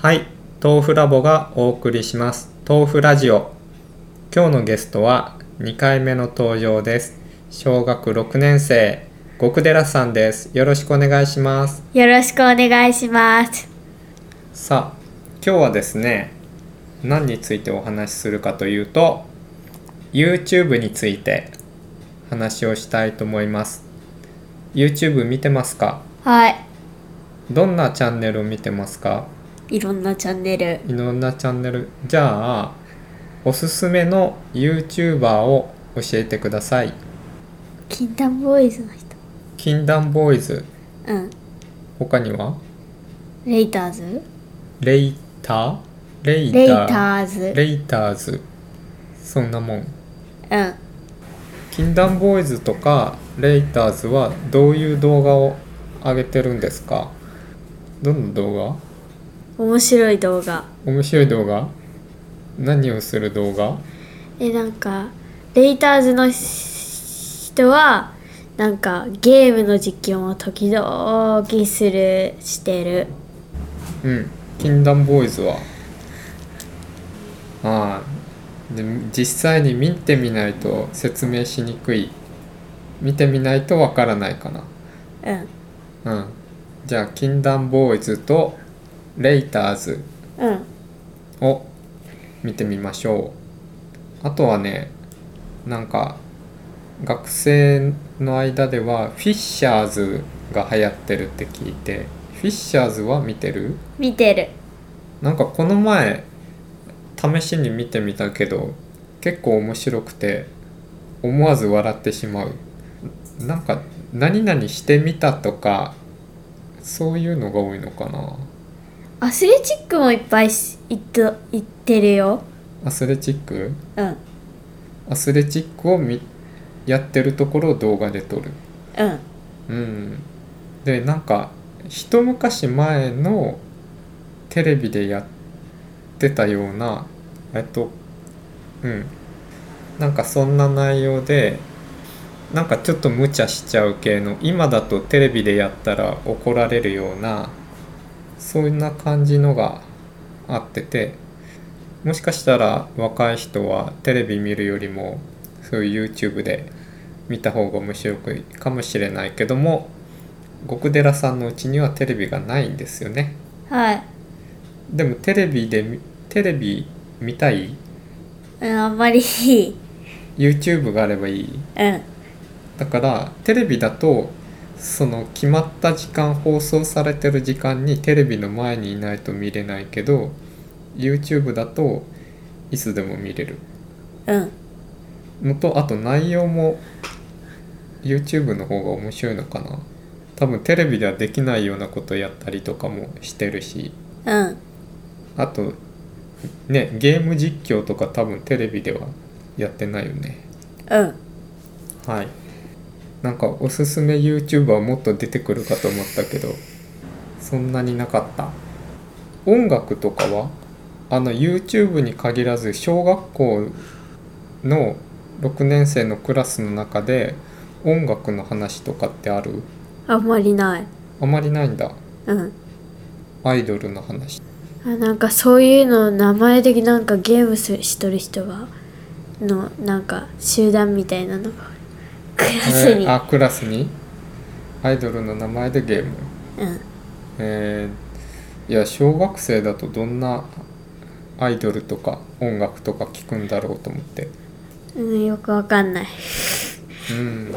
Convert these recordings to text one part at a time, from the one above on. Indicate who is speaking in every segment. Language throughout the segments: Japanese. Speaker 1: はい、豆腐ラボがお送りします。豆腐ラジオ。今日のゲストは2回目の登場です。小学6年生、極寺さんです。よろしくお願いします。
Speaker 2: よろしくお願いします。
Speaker 1: さあ、今日はですね、何についてお話しするかというと、YouTube について話をしたいと思います。YouTube 見てますか
Speaker 2: はい。
Speaker 1: どんなチャンネルを見てますか
Speaker 2: いろんなチャンネル。
Speaker 1: いろんなチャンネルじゃあおすすめの YouTuber を教えてください
Speaker 2: 禁断ボーイズの人。
Speaker 1: 禁断ボーイズ
Speaker 2: うん。
Speaker 1: 他には
Speaker 2: レイターズ
Speaker 1: レイターレイ
Speaker 2: レイタ
Speaker 1: ター
Speaker 2: ーズ
Speaker 1: レイターズそんなもん
Speaker 2: うん。
Speaker 1: 禁断ボーイズとかレイターズはどういう動画を上げてるんですかどんな動
Speaker 2: 面白い動画。
Speaker 1: 画面白い動画何をする動画
Speaker 2: え、なんか、レイターズの人は、なんか、ゲームの実況も時々する、してる。
Speaker 1: うん、禁断ボーイズはああで実際に見てみないと説明しにくい見てみないとわからないか
Speaker 2: うん。
Speaker 1: なうんじゃあ禁断ボーイズとレイターズ
Speaker 2: うん。
Speaker 1: を見てみましょうあとはねなんか学生の間ではフィッシャーズが流行ってるって聞いてフィッシャーズは見てる
Speaker 2: 見てる。
Speaker 1: なんかこの前試しに見てみたけど結構面白くて思わず笑ってしまうなんか何々してみたとかそういうのが多いのかな
Speaker 2: アスレチックもいっぱいし行っと行ってるよ。
Speaker 1: アスレチック
Speaker 2: うん。
Speaker 1: アスレチックをみやってるところを動画で撮る
Speaker 2: うん。
Speaker 1: うんでなんか一昔前のテレビでやってたようなえっとうんなんかそんな内容でなんかちょっと無茶しちゃう系の今だとテレビでやったら怒られるようなそんな感じのがあっててもしかしたら若い人はテレビ見るよりもそういう YouTube で見た方が面白くかもしれないけども極寺さんのうちにはテレビがないんですよね
Speaker 2: はい。
Speaker 1: でもテレビでみテレビ見たい
Speaker 2: うん、あんまり いい。
Speaker 1: YouTube があればいい
Speaker 2: うん。
Speaker 1: だからテレビだとその決まった時間放送されてる時間にテレビの前にいないと見れないけど YouTube だといつでも見れる
Speaker 2: うん。
Speaker 1: のとあと内容も YouTube の方が面白いのかな多分テレビではできないようなことやったりとかもしてるし
Speaker 2: うん。
Speaker 1: あとねゲーム実況とか多分テレビではやってないよね
Speaker 2: うん。
Speaker 1: はいなんかおすすめ YouTuber もっと出てくるかと思ったけどそんなになかった音楽とかはあの YouTube に限らず小学校の6年生のクラスの中で音楽の話とかってある
Speaker 2: あんまりない。
Speaker 1: あまりないんだ
Speaker 2: うん。
Speaker 1: アイドルの話
Speaker 2: あなんかそういうの名前的なんかゲームするしとる人がのなんか集団みたいなのがクラスに、
Speaker 1: えーあクラスにアイドルの名前でゲーム
Speaker 2: うん
Speaker 1: えーいや小学生だとどんなアイドルとか音楽とか聞くんだろうと思って
Speaker 2: うん、よくわかんない
Speaker 1: うん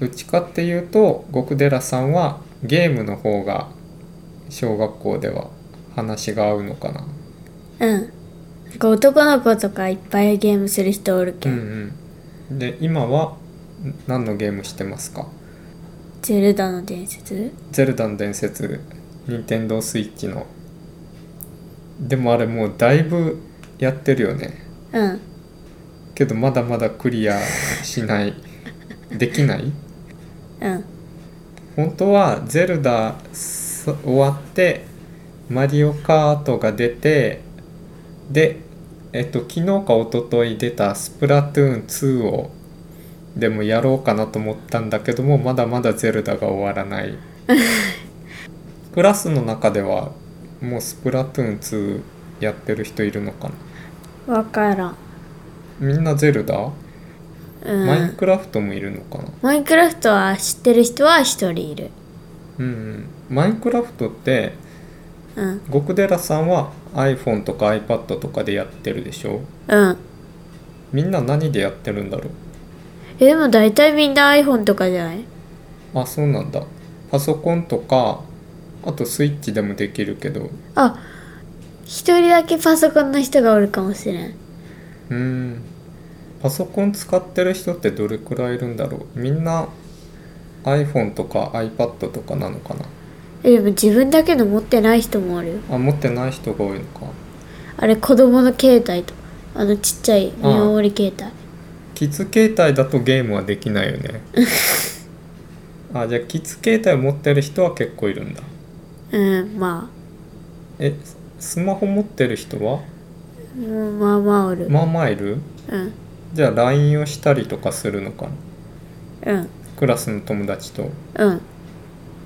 Speaker 1: どっちかっていうと極寺さんはゲームの方が小学校では話が合うのかな
Speaker 2: うんなんか男の子とかいっぱいゲームする人おるけ、
Speaker 1: うんんうんで今は何のゲームしてますか
Speaker 2: ゼルダの伝説
Speaker 1: ゼルダの伝説任天堂スイッチのでもあれもうだいぶやってるよね
Speaker 2: うん
Speaker 1: けどまだまだクリアしないできない
Speaker 2: うん
Speaker 1: 本当は「ゼルダす」終わって「マリオカート」が出てでえっと昨日か一昨日出た「スプラトゥーン2」をでもやろうかなと思ったんだけども まだまだ「ゼルダ」が終わらないクラスの中ではもうスプラトゥーン2やってる人いるのかな
Speaker 2: わからん
Speaker 1: みんなゼルダ、
Speaker 2: う
Speaker 1: マイン
Speaker 2: ん
Speaker 1: クラフトもいるのかな
Speaker 2: マインクラフトは知ってる人は一人いる
Speaker 1: うんうんマインクラフトって
Speaker 2: うん
Speaker 1: 極寺さんは iPhone とか iPad とかでやってるでしょ
Speaker 2: うん
Speaker 1: みんな何でやってるんだろう
Speaker 2: えでも大体みんな iPhone とかじゃない
Speaker 1: あそうなんだパソコンとかあとスイッチでもできるけど
Speaker 2: あ一人だけパソコンの人がおるかもしれん
Speaker 1: うんパソコン使ってる人ってどれくらいいるんだろうみんな iPhone とか iPad とかなのかな
Speaker 2: えでも自分だけの持ってない人もおるよ
Speaker 1: あ持ってない人が多いのか
Speaker 2: あれ子供の携帯とあのちっちゃい見守り携帯
Speaker 1: キッズ携帯だとゲームはできないよねあじゃあキッズ携帯を持ってる人は結構いるんだ
Speaker 2: うんま
Speaker 1: えススマホ持ってる人は
Speaker 2: あうんまあまあおる
Speaker 1: まあまあいる
Speaker 2: うん
Speaker 1: じゃあ LINE をしたりとかするのかな
Speaker 2: うん
Speaker 1: クラスの友達と
Speaker 2: うん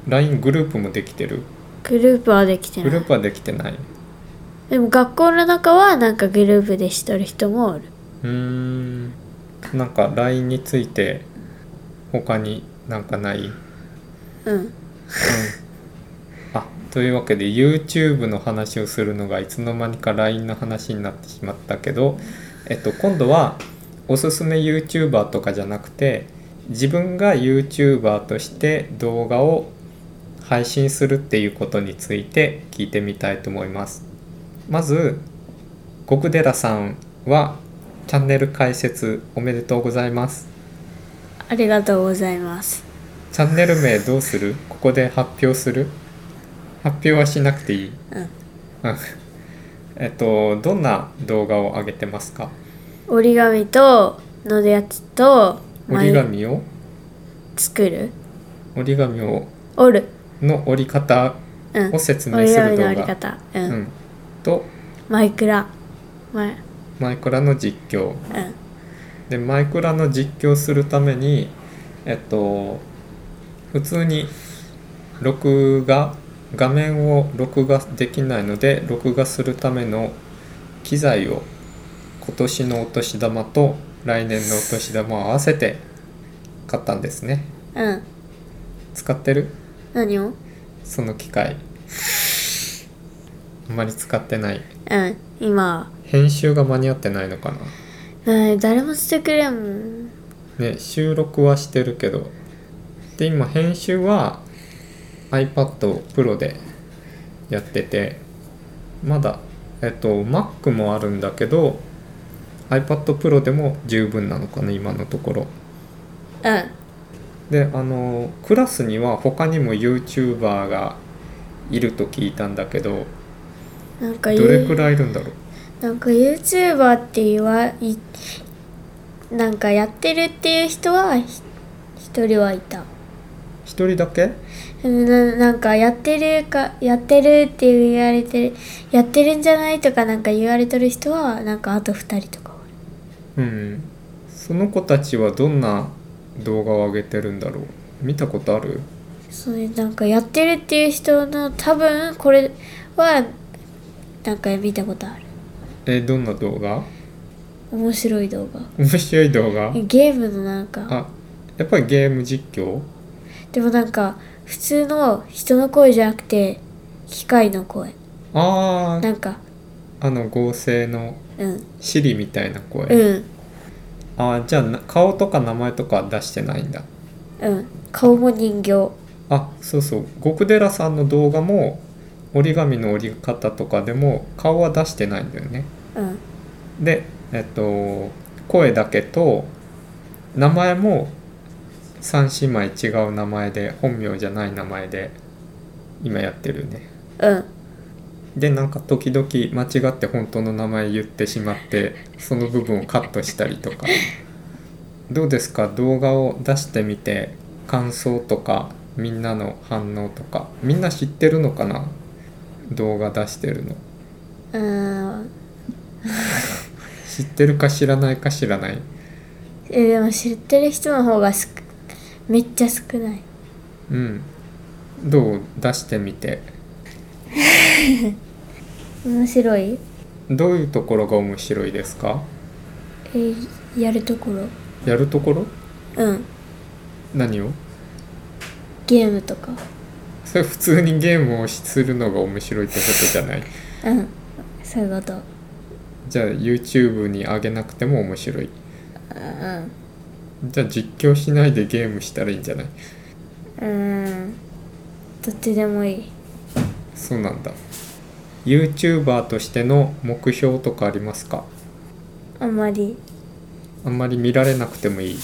Speaker 1: LINE グループもできてる
Speaker 2: グループはできて
Speaker 1: グ
Speaker 2: な
Speaker 1: ル
Speaker 2: い
Speaker 1: ープはできてない
Speaker 2: でも学校の中はなんかグループでしとる人もおる
Speaker 1: うーんなんか LINE について他になんかない、うん、
Speaker 2: うん
Speaker 1: あというわけで YouTube の話をするのがいつの間にか LINE の話になってしまったけど、えっと、今度はおすすめ YouTuber とかじゃなくて自分が YouTuber として動画を配信するっていうことについて聞いてみたいと思います。まず極寺さんはチャンネル開設おめでとうございます
Speaker 2: ありがとうございます
Speaker 1: チャンネル名どうするここで発表する発表はしなくていい
Speaker 2: うん
Speaker 1: うん えっとどんな動画を上げてますか
Speaker 2: 折り紙とのやつと
Speaker 1: 折り
Speaker 2: ま
Speaker 1: 紙を
Speaker 2: あ作る
Speaker 1: 折り紙を
Speaker 2: 折る
Speaker 1: の折り方
Speaker 2: うん
Speaker 1: を説
Speaker 2: 折
Speaker 1: 明
Speaker 2: り
Speaker 1: する
Speaker 2: 紙
Speaker 1: 動
Speaker 2: の折り
Speaker 1: 画、
Speaker 2: 方うん、
Speaker 1: うん、と
Speaker 2: マイクラマイ
Speaker 1: マイクラの実況
Speaker 2: うん
Speaker 1: でマイクラの実況するためにえっと普通に録画画面を録画できないので録画するための機材を今年のお年玉と来年のお年玉を合わせて買ったんですね
Speaker 2: うん
Speaker 1: 使ってる
Speaker 2: 何を
Speaker 1: その機械あんまり使ってない
Speaker 2: うん今
Speaker 1: 編集が間に合ってないのか
Speaker 2: な誰もしてくれん
Speaker 1: なね収録はしてるけどで今編集は iPad を Pro でやっててまだえっと Mac もあるんだけど iPad Pro でも十分なのかな今のところ
Speaker 2: うん
Speaker 1: であのクラスには他にも YouTuber がいると聞いたんだけど
Speaker 2: なんか
Speaker 1: どれく
Speaker 2: ユ
Speaker 1: らいいるんだろう
Speaker 2: なんか YouTuber って言わいなんかやってるっていう人はひ一人はいた
Speaker 1: 一人だけ
Speaker 2: うんななんかやってるかやってるって言われてるやってるんじゃないとかなんか言われてる人はなんかあと二人とかお
Speaker 1: う
Speaker 2: る
Speaker 1: ん、その子たちはどんな動画を上げてるんだろう見たことある
Speaker 2: そういうなんかやってるっていう人の多分これはなんか見たことある
Speaker 1: えどんな動画
Speaker 2: 面白い動画
Speaker 1: 面白い動画
Speaker 2: ゲームのなんか
Speaker 1: あやっぱりゲーム実況
Speaker 2: でもなんか普通の人の声じゃなくて機械の声
Speaker 1: あー
Speaker 2: なんか
Speaker 1: あの合成の
Speaker 2: うん
Speaker 1: シリみたいな声、
Speaker 2: うん
Speaker 1: あーじゃあな顔とか名前とか出してないんだ
Speaker 2: うん顔も人形
Speaker 1: あそうそう極寺さんの動画も折り紙の折り方とかでも顔は出してないんだよね
Speaker 2: うん
Speaker 1: でえっと声だけと名前も3姉妹違う名前で本名じゃない名前で今やってるよね
Speaker 2: うん
Speaker 1: でなんか時々間違って本当の名前言ってしまってその部分をカットしたりとかどうですか動画を出してみて感想とかみんなの反応とかみんな知ってるのかな動画出してるの
Speaker 2: うーん
Speaker 1: 知ってるか知らないか知らない
Speaker 2: えでも知ってる人の方がすくめっちゃ少ない
Speaker 1: うんどう出してみて
Speaker 2: 面白い
Speaker 1: どういうところが面白いですか
Speaker 2: えーやるところ
Speaker 1: やるところ
Speaker 2: うん
Speaker 1: 何を
Speaker 2: ゲームとか
Speaker 1: それ普通にゲームをするのが面白いってことじゃない
Speaker 2: うんそういうこと
Speaker 1: じゃあ YouTube に上げなくても面白い
Speaker 2: うん
Speaker 1: じゃあ実況しないでゲームしたらいいんじゃない
Speaker 2: うんどっちでもいい
Speaker 1: そうなんだ YouTuber としての目標とかありますか
Speaker 2: あんまり
Speaker 1: あんまり見られなくてもいい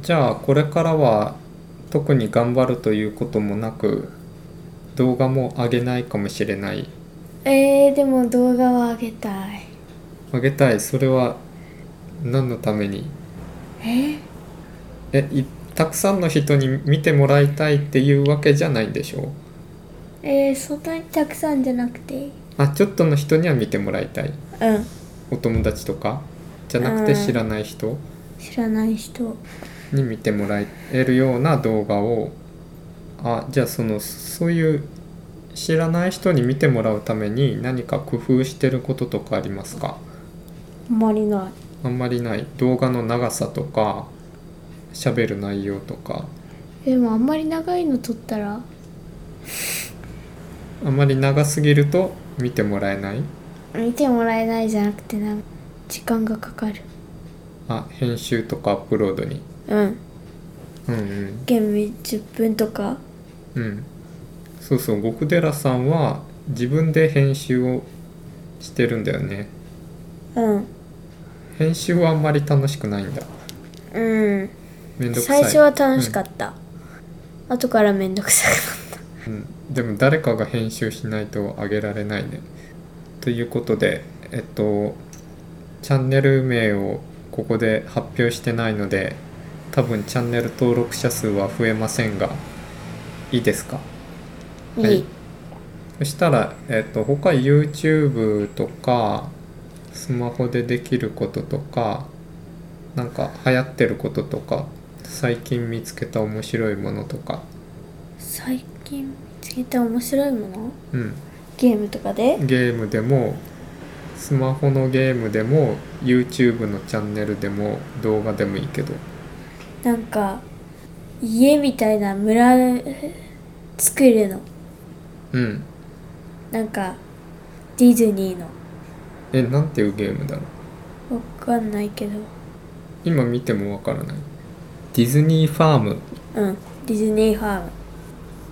Speaker 1: じゃあこれからは特に頑張るということもなく動画も上げないかもしれない
Speaker 2: えー、でも動画は上げたい
Speaker 1: 上げたいそれは何のために
Speaker 2: え
Speaker 1: えいたくさんの人に見てもらいたいっていうわけじゃないんでしょう
Speaker 2: えー、そんなにたくさんじゃなくていい
Speaker 1: あちょっとの人には見てもらいたい
Speaker 2: うん
Speaker 1: お友達とかじゃなくて
Speaker 2: うん
Speaker 1: 知らない人
Speaker 2: 知らない人
Speaker 1: に見てもらえるような動画をあじゃあそのそういう知らない人に見てもらうために何か工夫してることとかありますか
Speaker 2: あんまりな
Speaker 1: あんまりない動画の長さとか喋る内容とか
Speaker 2: いでもあんまり長いの撮ったら
Speaker 1: あんまり長すぎると見てもらえない
Speaker 2: 見てもらえないじゃなくてな時間がかかる
Speaker 1: あ編集とかアップロードに
Speaker 2: うん
Speaker 1: うんうん
Speaker 2: ゲーム10分とか
Speaker 1: うんそうそう極寺さんは自分で編集をしてるんだよね
Speaker 2: うん
Speaker 1: 編集はあんまり楽しくないんだ
Speaker 2: うん
Speaker 1: めんどくさい
Speaker 2: 最初は楽しかった、後からめんどくさくなっ
Speaker 1: うん、でも誰かが編集しないと上げられないね。ということで、えっと、チャンネル名をここで発表してないので、多分チャンネル登録者数は増えませんが、いいですか
Speaker 2: た、、
Speaker 1: はいい
Speaker 2: い
Speaker 1: そしたら、えっと、他 YouTube とか、スマホでできることとか、なんか流行ってることとか、最近見つけた面白いものとか、
Speaker 2: 最近見つけた面白いもの
Speaker 1: うん、
Speaker 2: ゲームとかで
Speaker 1: ゲームでもスマホのゲームでも YouTube のチャンネルでも動画でもいいけど
Speaker 2: なんか家みたいな村えー作るの
Speaker 1: うん
Speaker 2: なんかディズニーの
Speaker 1: えなんていうゲームだろう
Speaker 2: わかんないけど
Speaker 1: 今見てもわからないディズニーファーム
Speaker 2: うんディズニーファー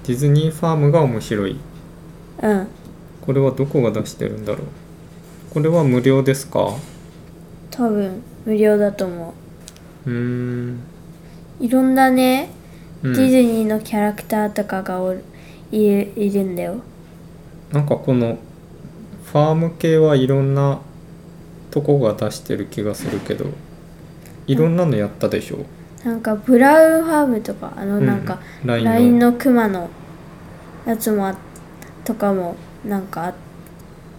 Speaker 1: ディズニーファームが面白い
Speaker 2: ムうん
Speaker 1: これはどこが出してるんだろうこれは無料ですか
Speaker 2: 多分無料だと思
Speaker 1: うーん
Speaker 2: ういろんなね、
Speaker 1: うん
Speaker 2: ディズニーのキャラクターとかがおるいるいるんだよ
Speaker 1: なんかこのファーム系はいろんなとこが出してる気がするけどいろんなのやったでしょ、
Speaker 2: なんかブラウンファームとかあの
Speaker 1: うん
Speaker 2: なんか、
Speaker 1: ラインの
Speaker 2: ラインのクマのやつもあとかもなんかあ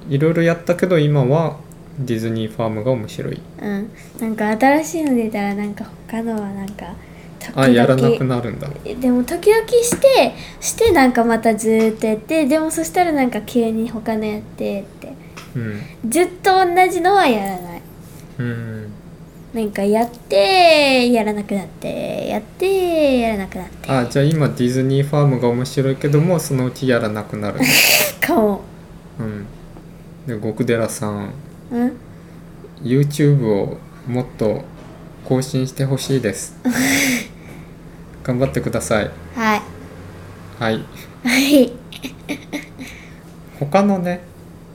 Speaker 1: いろいろやったけど今はディズニーファームが面白い
Speaker 2: うんなんか新しいの出たらなんか他のはなんか時々
Speaker 1: あやらなくなるんだ
Speaker 2: でも時々してしてなんかまたずーっとやってでもそしたらなんか急に他のやってって
Speaker 1: うん
Speaker 2: ずっと同じのはやらない
Speaker 1: うん
Speaker 2: なんかやってやらなくなってやってやらなくなって
Speaker 1: あじゃあ今ディズニーファームが面白いけどもそのうちやらなく なる
Speaker 2: かも
Speaker 1: うんで極寺さん
Speaker 2: うん
Speaker 1: YouTube をもっと更新してほしいです 頑張ってください
Speaker 2: はい
Speaker 1: はい
Speaker 2: はい
Speaker 1: 他のね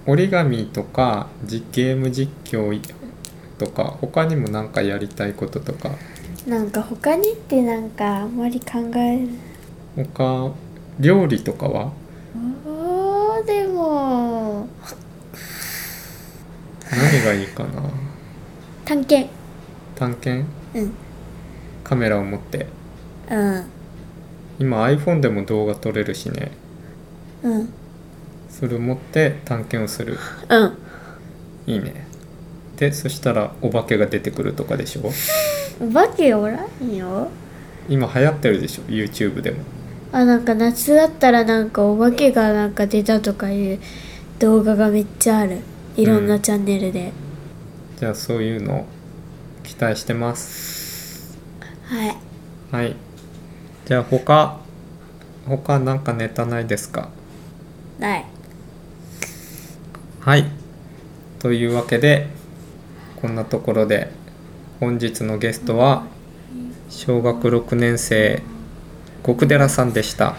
Speaker 1: 折り紙とかじゲーム実況とか他にも何かやりたいこととか
Speaker 2: なんか他にってなんかあんまり考える
Speaker 1: 他料理とかは
Speaker 2: おーでも
Speaker 1: 何がいいかな
Speaker 2: 探検
Speaker 1: 探検
Speaker 2: うん
Speaker 1: カメラを持って
Speaker 2: うん
Speaker 1: 今 iPhone でも動画撮れるしね
Speaker 2: うん
Speaker 1: それを持って探検をする
Speaker 2: うん
Speaker 1: いいねでそしたらお化けが出てくるとかでしょ
Speaker 2: お化けおらんよ
Speaker 1: 今流行ってるでしょ YouTube でも
Speaker 2: あなんか夏だったらなんかお化けがなんか出たとかいう動画がめっちゃあるいろんなチャンネルで、
Speaker 1: じゃあそういうのを期待してます
Speaker 2: はい
Speaker 1: はいじゃあ他他なんかネタないですか
Speaker 2: ない
Speaker 1: はいというわけでこんなところで本日のゲストは小学6年生極寺さんでした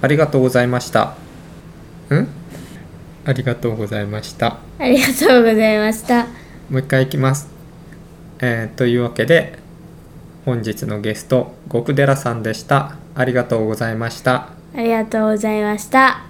Speaker 1: ありがとうございましたんありがとうございました
Speaker 2: ありがとうございました
Speaker 1: もう一回いきます、えーというわけで本日のゲスト極寺さんでしたありがとうございました
Speaker 2: ありがとうございました